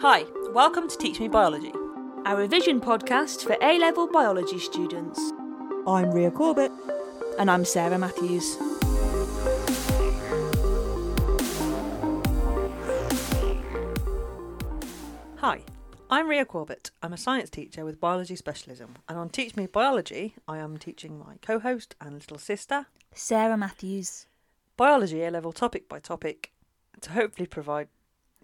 Hi, welcome to Teach Me Biology. a revision podcast for A level biology students. I'm Ria Corbett. And I'm Sarah Matthews. Hi, I'm Ria Corbett. I'm a science teacher with biology specialism, and on Teach Me Biology, I am teaching my co host and little sister Sarah Matthews. biology A level topic by topic to hopefully provide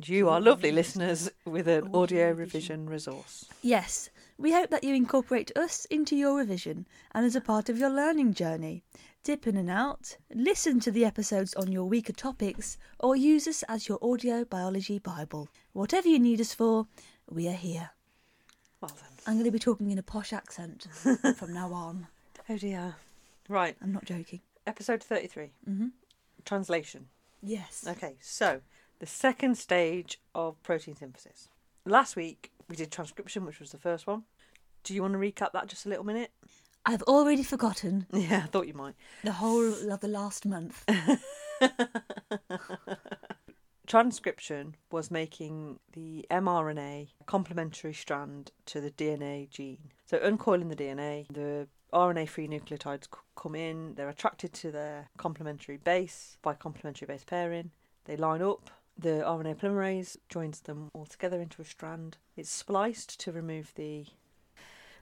you, our lovely listeners, with an audio revision resource. Yes, we hope that you incorporate us into your revision and as a part of your learning journey. Dip in and out, listen to the episodes on your weaker topics, or use us as your audio biology Bible. Whatever you need us for, we are here. Well then. I'm going to be talking in a posh accent from now on. Oh dear. Right, I'm not joking. episode 33. Mm-hmm. Translation. Yes. Okay, so the second stage of protein synthesis. Last week we did transcription, which was the first one. Do you want to recap that just a little minute? I've already forgotten Yeah, I thought you might. the whole of the last month. Transcription was making the mRNA complementary strand to the DNA gene. So, uncoiling the DNA, the RNA free nucleotides c- come in, they're attracted to their complementary base by complementary base pairing, they line up. The RNA polymerase joins them all together into a strand. It's spliced to remove the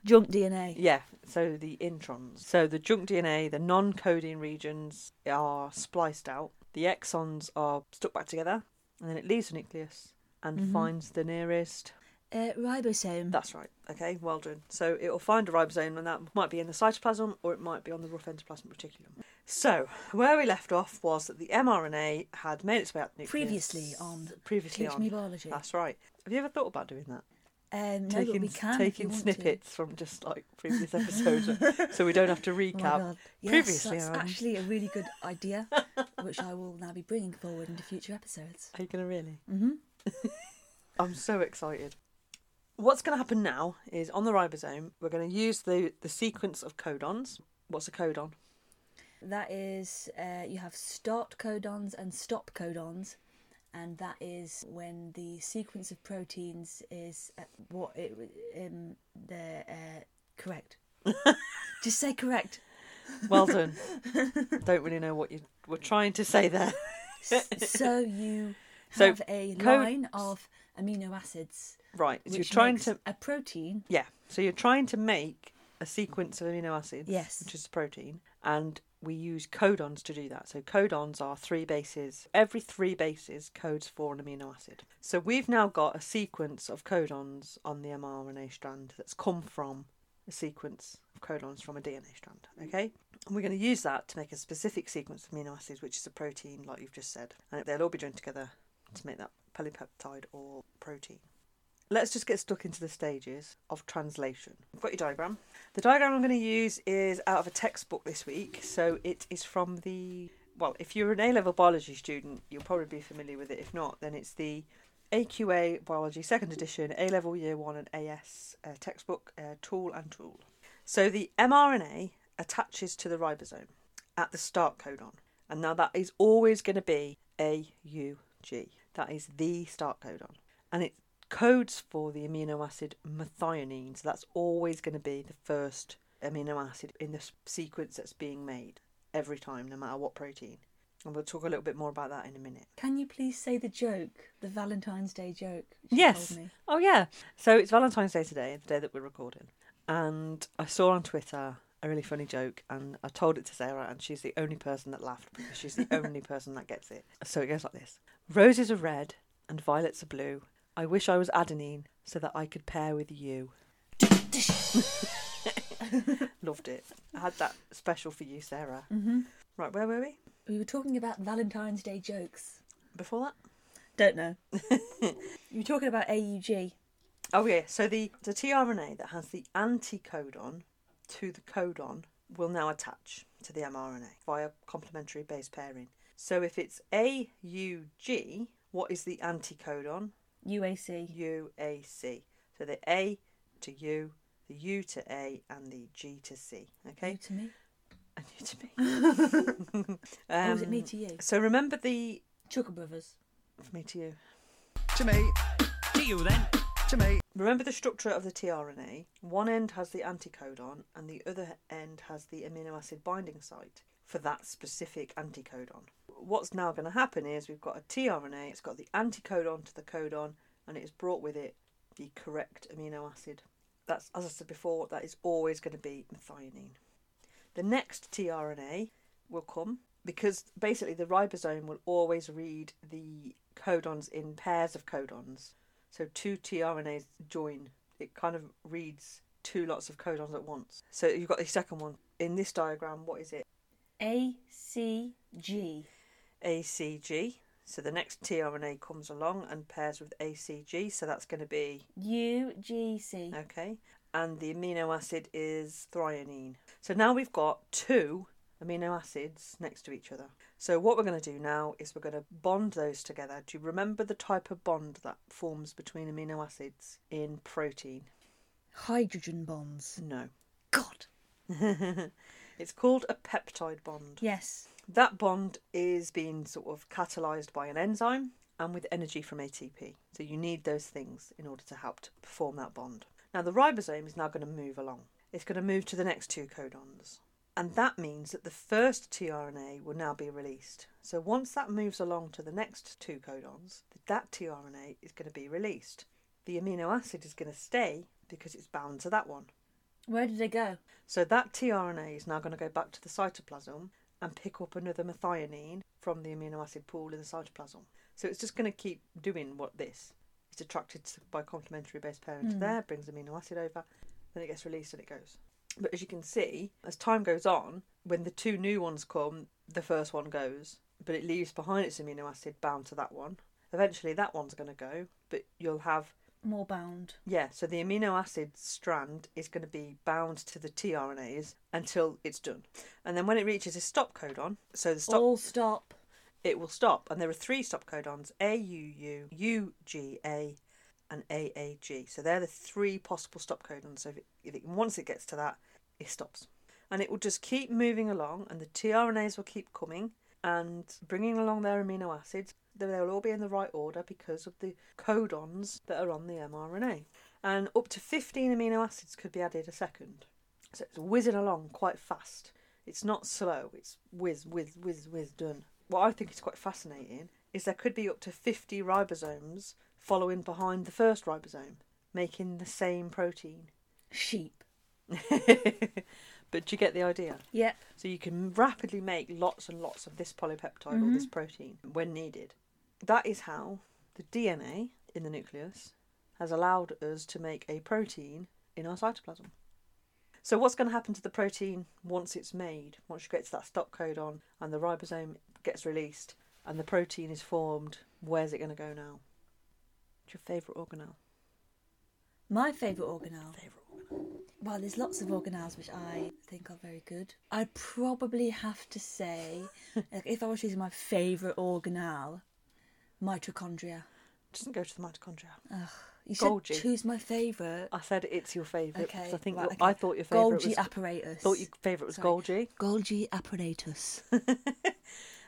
Junk DNA. Yeah, so the introns. So the junk DNA, the non coding regions are spliced out. The exons are stuck back together, and then it leaves the nucleus and finds the nearest. Uh, ribosome. Mm-hmm. That's right. Okay, well done. So it will find a ribosome, and that might be in the cytoplasm or it might be on the rough endoplasmic reticulum. So where we left off was that the mRNA had made its way out the nucleus. Previously on Previously Teach on. Me Biology. That's right. Have you ever thought about doing that? Um, no, but taking we can if you taking want to. snippets from just like previous episodes, so we don't have to Oh my recap God. Yes, previously. that's on- actually a really good idea, which I will now be bringing forward into future episodes. Are you gonna really? Mhm. I'm so excited. What's going to happen now is on the ribosome, we're going to use the the sequence of codons. What's a codon? That is, uh, you have start codons and stop codons, and that is when the sequence of proteins is at what it w- um, the uh, correct. Just say correct. Well done. don't really know what you were trying to say there. S- so you So, have a cod- line of amino acids, Right. So which you're trying makes to a protein. yeah. So you're trying to make a sequence of amino acids. Yes. Which is protein, and we use codons to do that. So codons are three bases. Every three bases codes for an amino acid. So we've now got a sequence of codons on the mRNA strand that's come from a sequence of codons from a DNA strand. Okay? And we're going to use that to make a specific sequence of amino acids, which is a protein, like you've just said. And they'll all be joined together to make that polypeptide or protein. Let's just get stuck into the stages of translation. I've got your diagram. The diagram I'm going to use is out of a textbook this week. So it is from the, well, if you're an A level biology student, you'll probably be familiar with it. If not, then it's the AQA Biology Second Edition, A level Year 1 and AS uh, textbook, uh, tool and tool. So the mRNA attaches to the ribosome at the start codon. And now that is always going to be AUG. That is the start codon. And it codes for the amino acid methionine. So that's always going to be the first amino acid in this sequence that's being made every time, no matter what protein. And we'll talk a little bit more about that in a minute. Can you please say the joke, the Valentine's Day joke? which you Yes. told me? Oh, yeah. So it's Valentine's Day today, the day that we're recording. And I saw on Twitter a really funny joke, and I told it to Sarah, and she's the only person that laughed because she's the only person that gets it. So it goes like this Roses are red and violets are blue. I wish I was adenine so that I could pair with you. Loved it. I had that special for you, Sarah. Mm-hmm. Right, where were we We were talking about Valentine's Day jokes. before that? Don't know. you were talking about AUG. Oh yeah, so the, the tRNA that has the anticodon to the codon will now attach to the mRNA via complementary base pairing. So if it's AUG, what is the anticodon? UAC. UAC. So the A to U, the U to A, and the G to C. You Okay, to me? and you to me. or was it me to Um, you? So remember the Chuckle Brothers. me to you. To me. to you. you then. To me. Remember the structure of the tRNA? One end has the anticodon and the other end has the amino acid binding site for that specific anticodon. What's now going to happen is we've got a tRNA, it's got the anticodon to the codon, and it has brought with it the correct amino acid. That's, as I said before, that is always going to be methionine. The next tRNA will come because basically the ribosome will always read the codons in pairs of codons. So two tRNAs join. It kind of reads two lots of codons at once. So you've got the second one. In this diagram, what is it? A C G. ACG. So the next tRNA comes along and pairs with ACG. So that's going to be U G C. Okay. And the amino acid is threonine. So now we've got two amino acids next to each other. So what we're going to do now is we're going to bond those together. Do you remember the type of bond that forms between amino acids in protein? Hydrogen bonds. No. God. It's called a peptide bond. Yes. That bond is being sort of catalyzed by an enzyme and with energy from ATP. So you need those things in order to help to perform that bond. Now the ribosome is now going to move along. It's going to move to the next two codons. And that means that the first tRNA will now be released. So once that moves along to the next two codons, that tRNA is going to be released. The amino acid is going to stay because it's bound to that one. Where did they go? So that tRNA is now going to go back to the cytoplasm and pick up another methionine from the amino acid pool in the cytoplasm. So it's just going to keep doing what this. It's attracted to- by complementary base pairing to there, brings amino acid over, then it gets released and it goes. But as you can see, as time goes on, when the two new ones come, the first one goes, but it leaves behind its amino acid bound to that one. Eventually, that one's going to go, but you'll have More bound. yeah, so the amino acid strand is going to be bound to the tRNAs until it's done. And then when it reaches a stop codon, so the stop All stop. it will stop. And there are three stop codons, AUU, UGA, and AAG. So they're the three possible stop codons. So if it, if it, once it gets to that, it stops. And it will just keep moving along, and the tRNAs will keep coming and bringing along their amino acids. They- They'll all be in the right order because of the codons that are on the mRNA. And up to 15 amino acids could be added a second. So it's whizzing along quite fast. It's not slow. It's whiz, whiz, whiz, whiz done. What I think is quite fascinating is there could be up to 50 ribosomes following behind the first ribosome, making the same protein. Sheep. but do you get the idea? Yep. So you can rapidly make lots and lots of this polypeptide or Mm-hmm. this protein when needed. That is how the DNA in the nucleus has allowed us to make a protein in our cytoplasm. So what's going to happen to the protein once it's made? Once you get to that stop codon and the ribosome gets released and the protein is formed, where's it going to go now? What's your favourite organelle? My favourite organelle. Favourite Well, there's lots of organelles which I think are very good. I'd probably have to say, like, if I was choosing my favourite organelle, mitochondria. Doesn't go to the mitochondria. You said Golgi. choose my favourite. I said it's your favourite. Okay. because I think right, your- I okay. thought your favourite Golgi was apparatus. thought your favourite was Golgi. Golgi apparatus.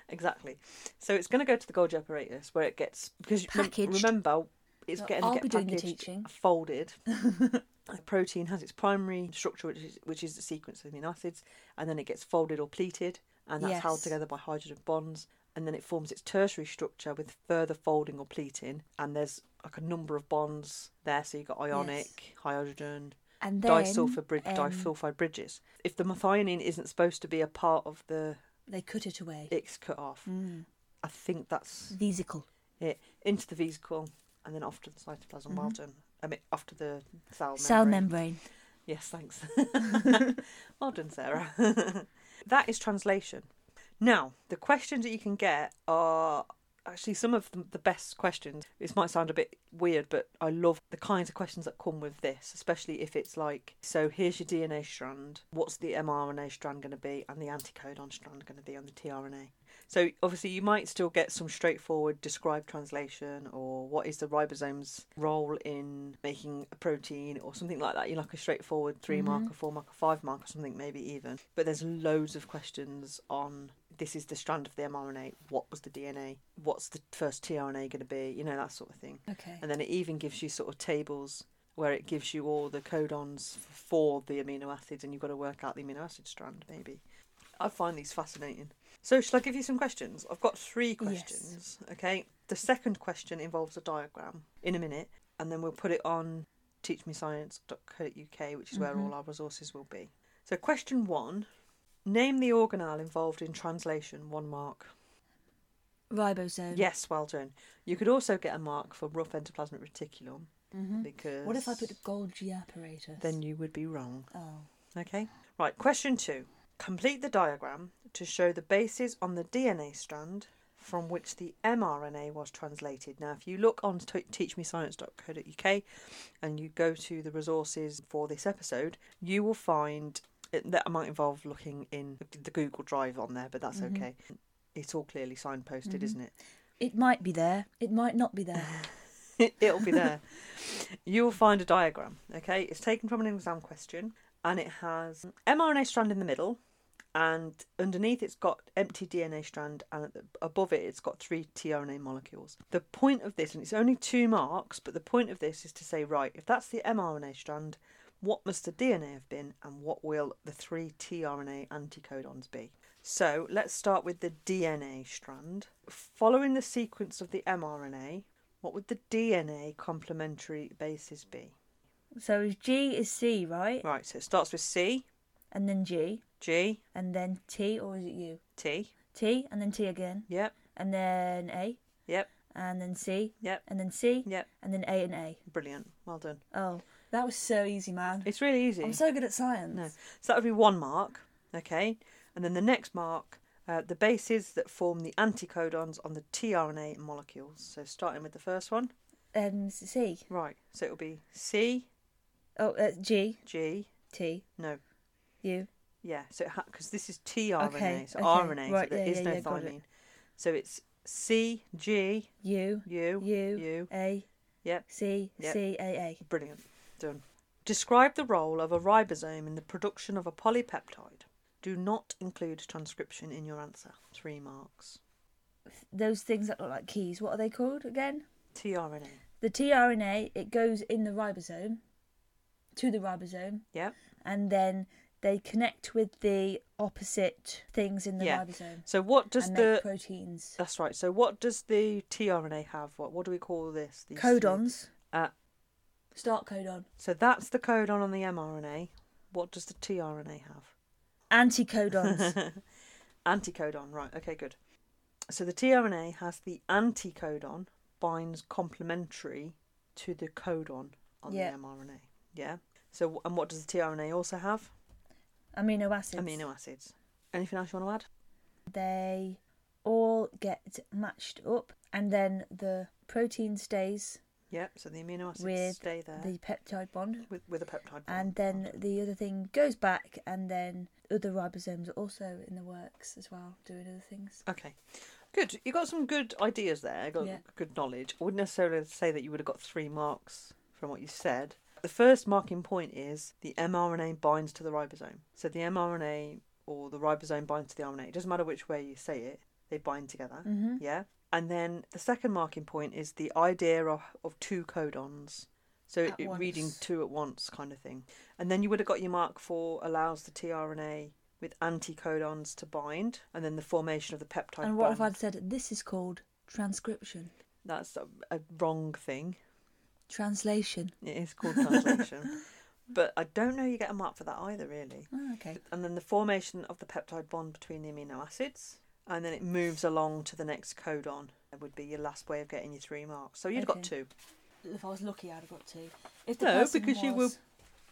Exactly. So it's going to go to the Golgi apparatus where it gets because rem- Packaged. remember it's No, getting to I'll get be doing the packaged, teaching. folded. the protein has its primary structure, which is which is the sequence of amino acids, and then it gets folded or pleated, and that's held Yes. together by hydrogen bonds. And then it forms its tertiary structure with further folding or pleating, and there's like a number of bonds there. So you've got ionic, hydrogen, And then disulfur brid- um, disulfide bridges. If the methionine isn't supposed to be a part of the They cut it away. it's cut off. I think that's Vesicle. it. Into the vesicle and then off to the cytoplasm. Well done. I mean, off to the cell membrane. Cell membrane. Yes, thanks. well done, Sarah. that is translation. Now, the questions that you can get are actually some of the- the best questions. This might sound a bit weird, but I love the kinds of questions that come with this, especially if it's like, so here's your DNA strand, what's the mRNA strand going to be, and the anticodon strand going to be on the tRNA. So obviously you might still get some straightforward described translation or what is the ribosome's role in making a protein or something like that. You like a straightforward 3 marker, four marker, five marker, something maybe even. But there's loads of questions on this is the strand of the mRNA. What was the DNA? What's the first tRNA going to be? You know, that sort of thing. Okay. And then it even gives you sort of tables where it gives you all the codons for the amino acids and you've got to work out the amino acid strand, maybe. I find these fascinating. So, shall I give you some questions? I've got three questions, okay? The second question involves a diagram in a minute, and then we'll put it on teachmescience.co.uk, which is where all our resources will be. So, question one Name the organelle involved in translation, one mark. Ribosome. Yes, well done. You could also get a mark for rough endoplasmic reticulum because. Mm-hmm. What if I put Golgi apparatus? Then you would be wrong. Oh. Okay? Right, question two. Complete the diagram to show the bases on the DNA strand from which the mRNA was translated. Now, if you look on t- teachmescience.co.uk and you go to the resources for this episode, you will find it, that might involve looking in the Google Drive on there, but that's Mm-hmm. okay. It's all clearly signposted, isn't it? It might be there. It might not be there. it'll be there. You'll find a diagram, okay? It's taken from an exam question and it has mRNA strand in the middle and underneath it's got empty DNA strand and at the- above it it's got three tRNA molecules. The point of this, and it's only two marks, but the point of this is to say, right, if that's the mRNA strand, what must the DNA have been and what will the three tRNA anticodons be? So let's start with the DNA strand. Following the sequence of the mRNA, what would the DNA complementary bases be? so G is C, right? Right, so it starts with C, And then G, G, and then T, or is it U? T. T, and then T again, Yep, and then A, yep, and then C, yep, and then C, yep. and then A and A. Brilliant. Well done. Oh, that was so easy, man. It's really easy. I'm so good at science. No. So that would be one mark, okay? And then the next mark, uh, the bases that form the anticodons on the tRNA molecules. So starting with the first one. Um, C. Right, so it'll be C, Oh, uh, G, G, T, no, U. yeah, so because this is tRNA, Okay, so okay, RNA, right, so there yeah, is yeah, no yeah, got it. thymine. So it's C, G, U, U, U, U. A, Yep, C, Yep. C, A, A. brilliant, done. Describe the role of a ribosome in the production of a polypeptide. Do not include transcription in your answer. Three marks. Those things that look like keys, what are they called again? tRNA. The tRNA, it goes in the ribosome, to the ribosome, Yep. and then they connect with the opposite things in the Yeah. ribosome So what does and the make proteins. that's right. So what does the tRNA have? What what do we call this? These three- Codons. Uh, Start codon. so that's the codon on the mRNA. What does the tRNA have? Anticodons. Anticodon. Right. Okay. Good. So the tRNA has the anticodon binds complementary to the codon on Yeah. the mRNA. Yeah. So and what does the tRNA also have? Amino acids. Amino acids. Anything else you want to add? They all get matched up, and then the protein stays Yep. So the amino acids with stay there the peptide bond, with with a peptide. bond. and then the other thing goes back, and then other ribosomes are also in the works as well, doing other things. Okay. Good. You got some good ideas there. Got Yeah. good knowledge. I wouldn't necessarily say that you would have got three marks from what you said. The first marking point is the mRNA binds to the ribosome. So the mRNA or the ribosome binds to the RNA. It doesn't matter which way you say it, they bind together. Mm-hmm. Yeah. And then the second marking point is the idea of, of two codons. So it, At it reading once. two at once kind of thing. And then you would have got your mark for allows the tRNA with anticodons to bind, and then the formation of the peptide. and what if bond. I'd said this is called transcription, That's a, a wrong thing. translation? It is called translation, but I don't know. You get a mark for that either, really. Oh, okay. And then the formation of the peptide bond between the amino acids, and then it moves along to the next codon. That would be your last way of getting your three marks. So you'd got Okay. two. If I was lucky, I'd have got two. If No, because you was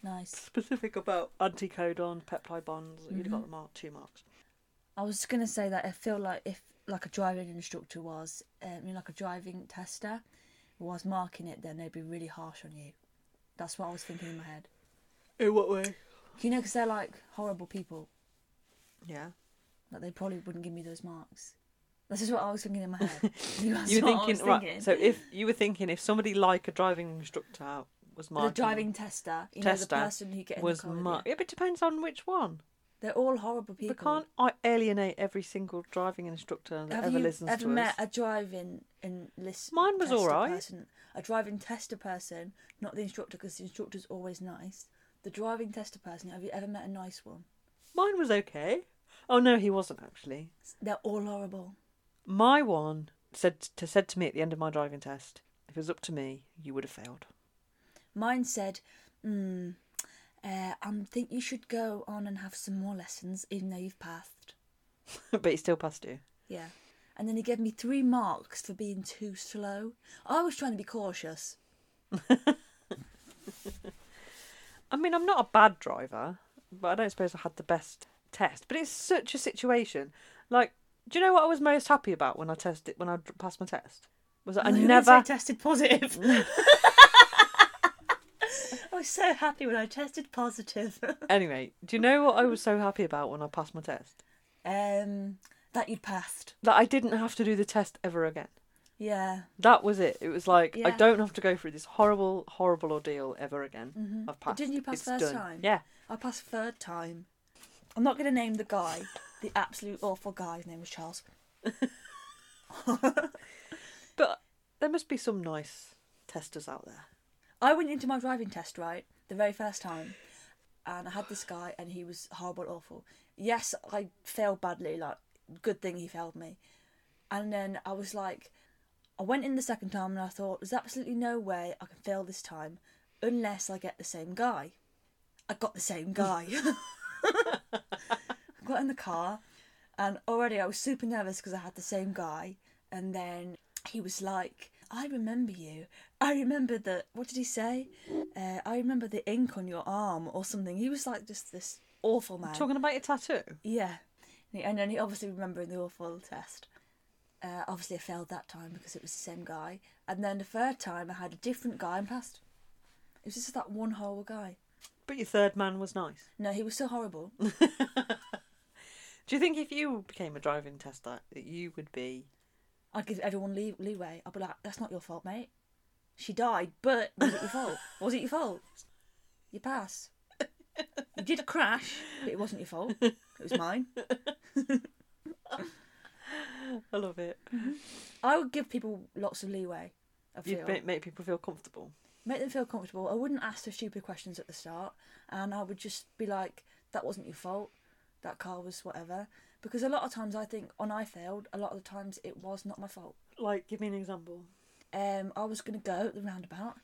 were- nice. Specific about anticodon, peptide bonds. You'd have got the Mm-hmm. mark two marks. I was gonna say that I feel like if like a driving instructor was, um, you know, like a driving tester was marking it, then they'd be really harsh on you. That's what I was thinking in my head. In what way? You know, because they're like horrible people. Yeah. Like they probably wouldn't give me those marks. This is what I was thinking in my head. You asked you were what I was thinking, right? So thinking. if you were thinking, if somebody like a driving instructor was marking, the driving tester, you know, Tester the person who get in was the car with you. marked. Yeah, but it depends on which one. They're all horrible people. We can't I- alienate every single driving instructor that Have ever you listens ever to met a us. driving and list? Mine was all tester right. Person, a driving tester person, not the instructor, because the instructor's always nice. The driving tester person. Have you ever met a nice one? Mine was okay. Oh no, he wasn't actually. They're all horrible. My one said to, said to me at the end of my driving test, if it was up to me, you would have failed. Mine said, mm, uh, "I think you should go on and have some more lessons, even though you've passed." but he still passed you. Yeah. And then he gave me three marks for being too slow. I was trying to be cautious. I mean, I'm not a bad driver, but I don't suppose I had the best test. But it's such a situation. Like, do you know what I was most happy about when I tested when I dr- passed my test? Was that I You never say tested positive. I was so happy when I tested positive. anyway, do you know what I was so happy about when I passed my test? Um, that you'd passed. That I didn't have to do the test ever again. Yeah. That was it. It was like I Yeah. don't have to go through this horrible, horrible ordeal ever again. I've Mm-hmm. But passed. didn't you pass It's first done. time? Yeah. I passed third time. I'm not going to name the guy, the absolute awful guy. His name was Charles. But there must be some nice testers out there. I went into my driving test, right, the very first time, and I had this guy, and he was horrible, awful. Yes, I failed badly, like, good thing he failed me. And then I was like, I went in the second time, and I thought, there's absolutely no way I can fail this time unless I get the same guy. I got the same guy. I got in the car, and already I was super nervous because I had the same guy. And then he was like, I remember you. I remember the, what did he say? Uh, I remember the ink on your arm or something. He was like just this awful man. Talking about your tattoo. Yeah. And he- And then he obviously remembering the awful test. Uh, obviously, I failed that time because it was the same guy. And then the third time, I had a different guy and passed. It was just that one horrible guy. But your third man was nice. No, he was so horrible. Do you think if you became a driving tester that you would be? I'd give everyone lee- leeway. I'd be like, that's not your fault, mate. She died, but was it your fault? Was it your fault? You pass. You did a crash, but it wasn't your fault. It was mine. I love it. I would give people lots of leeway. I feel. You'd make, make people feel comfortable. make them feel comfortable. I wouldn't ask the stupid questions at the start, and I would just be like, "That wasn't your fault. That car was whatever." Because a lot of times I think, "On I failed." A lot of the times it was not my fault. Like, give me an example. Um, I was gonna go at the roundabout,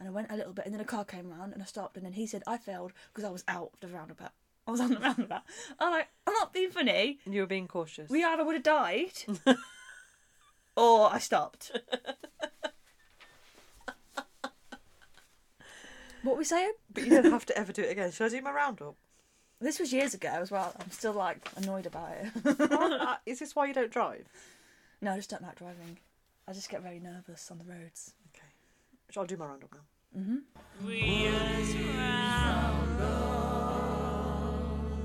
and I went a little bit, and then a car came round, and I stopped, and then he said I failed because I was out of the roundabout. I was on the roundabout. I'm like, I'm not being funny. You were being cautious. We either would have died, or I stopped. what were we saying? but you don't have to ever do it again. Should I do my roundup? This was years ago as well. I'm still like annoyed about it. Uh, Is this why you don't drive? no, I just don't like driving. I just get very nervous on the roads. Okay. Shall I do my roundup now? Mm-hmm.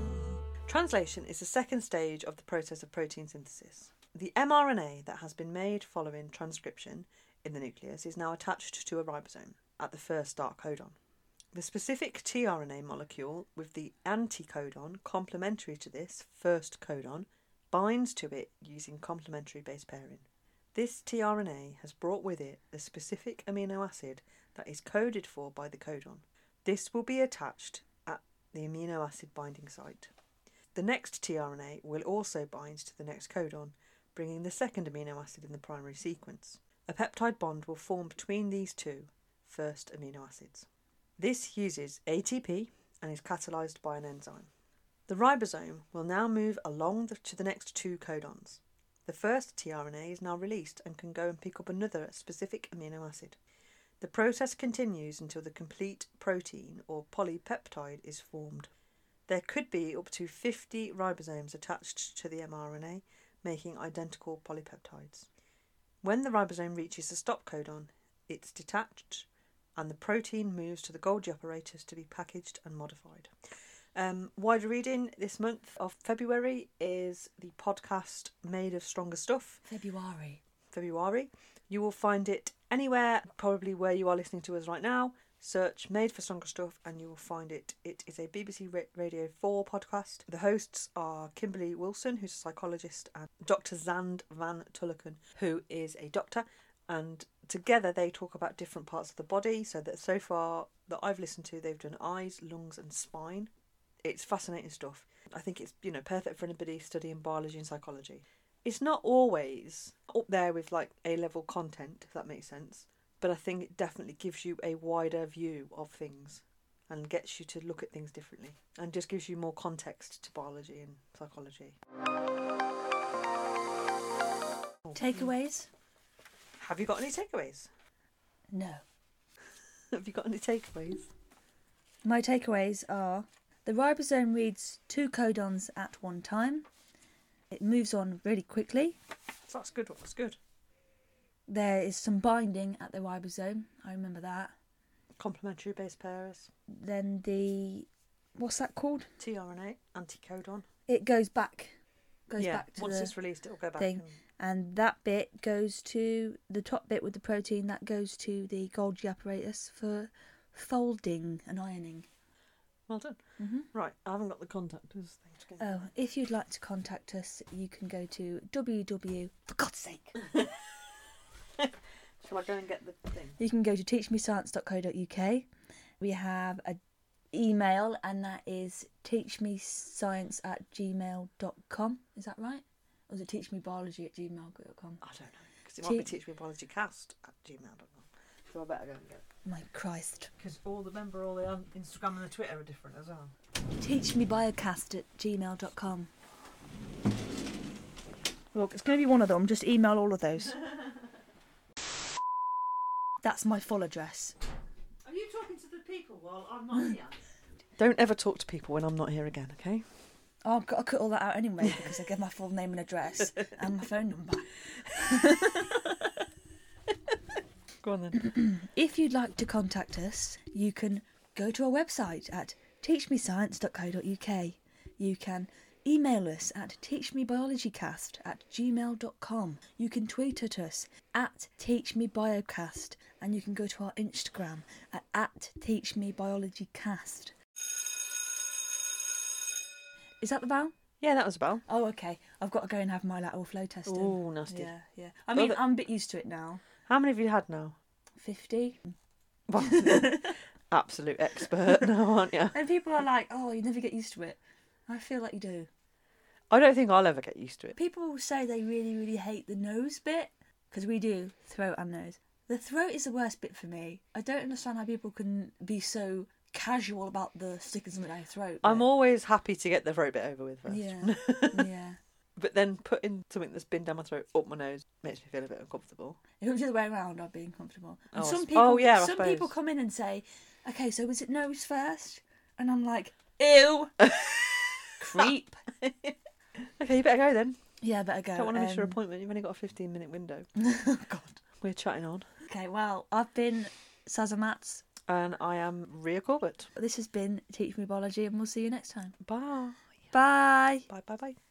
Translation is the second stage of the process of protein synthesis. The mRNA that has been made following transcription in the nucleus is now attached to a ribosome at the first start codon. The specific tRNA molecule with the anticodon complementary to this first codon binds to it using complementary base pairing. This tRNA has brought with it the specific amino acid that is coded for by the codon. This will be attached at the amino acid binding site. The next tRNA will also bind to the next codon, bringing the second amino acid in the primary sequence. A peptide bond will form between these two first amino acids. This uses ATP and is catalyzed by an enzyme. The ribosome will now move along the, to the next two codons. The first tRNA is now released and can go and pick up another specific amino acid. The process continues until the complete protein or polypeptide is formed. There could be up to 50 ribosomes attached to the mRNA, making identical polypeptides. When the ribosome reaches the stop codon, it's detached and the protein moves to the Golgi apparatus to be packaged and modified. Um, wider reading this month of February is the podcast Made of Stronger Stuff, February. February. You will find it anywhere, probably where you are listening to us right now, Search Made for Stronger Stuff and you will find it. It is a BBC Ra- Radio 4 podcast. The hosts are Kimberly Wilson, who's a psychologist, and Dr. Zand van Tulleken, who is a doctor. And together they talk about different parts of the body. So that so far that I've listened to, they've done eyes, lungs, and spine. It's fascinating stuff. I think it's you know perfect for anybody studying biology and psychology. It's not always up there with like A level content, if that makes sense. But I think it definitely gives you a wider view of things and gets you to look at things differently and just gives you more context to biology and psychology. Oh, Takeaways? Have you got any takeaways? No. Have you got any takeaways? My takeaways are the ribosome reads two codons at one time. It moves on really quickly. So that's good. That's good. There is some binding at the ribosome. I remember that. Complementary base pairs, Then the what's that called? tRNA, anticodon. It goes back. Goes yeah, back to once the it's released, it'll go back. thing. and- and that bit goes to the top bit with the protein that goes to the Golgi apparatus for folding and ironing. Well done. Mm-hmm. Right, I haven't got the contactors. Thanks again. Oh, if you'd like to contact us, you can go to www. For God's sake, Shall I go and get the thing? you can go to teachmescience.co.uk. We have a email, and that is teachmescience at gmail.com. Is that right? Or is it teachmebiology at gmail.com? I don't know because it might be Te- teach me biology cast at gmail.com. So I better go and get it My Christ. because all the member, all the um, Instagram and the Twitter are different as well. Teachmebiocast at gmail.com. Look, it's going to be one of them. Just email all of those. That's my full address. Are you talking to the people while I'm not here? Don't ever talk to people when I'm not here again, okay? Oh, I've got to cut all that out anyway because I gave my full name and address and my phone number. Go on then. If you'd like to contact us, you can go to our website at teachmescience.co.uk. You can email us at teachmebiologycast at gmail.com. You can tweet at us at teachmebiocast and you can go to our Instagram at, at teachmebiologycast. Is that the vowel? yeah, that was a bell. Oh, okay. I've got to go and have my lateral flow tested. Ooh, nasty. Yeah, yeah. I mean, that- I'm a bit used to it now. How many have you had now? 50. Absolute expert now, aren't you? And people are like, oh, you never get used to it. I feel like you do. I don't think I'll ever get used to it. People will say they really, really hate the nose bit because we do throat and nose. The throat is the worst bit for me. I don't understand how people can be so casual about the stickers in their throat. I'm bit. always happy to get the throat bit over with first. Yeah. yeah. But then putting something that's been down my throat up my nose makes me feel a bit uncomfortable. If it was the other way around, I'd be uncomfortable. And Oh, I some sp- people, oh, yeah, I some people suppose. come in and say, okay, so was it nose first? And I'm like, ew, creep. Okay, you better go then. Yeah, better go. Don't want to miss your um, appointment. You've only got a 15 minute window. oh, God. We're chatting on. Okay, well, I've been Sazamats. And I am Ria Corbett. This has been Teach Me Biology, and we'll see you next time. Bye. Bye. Bye, bye, bye.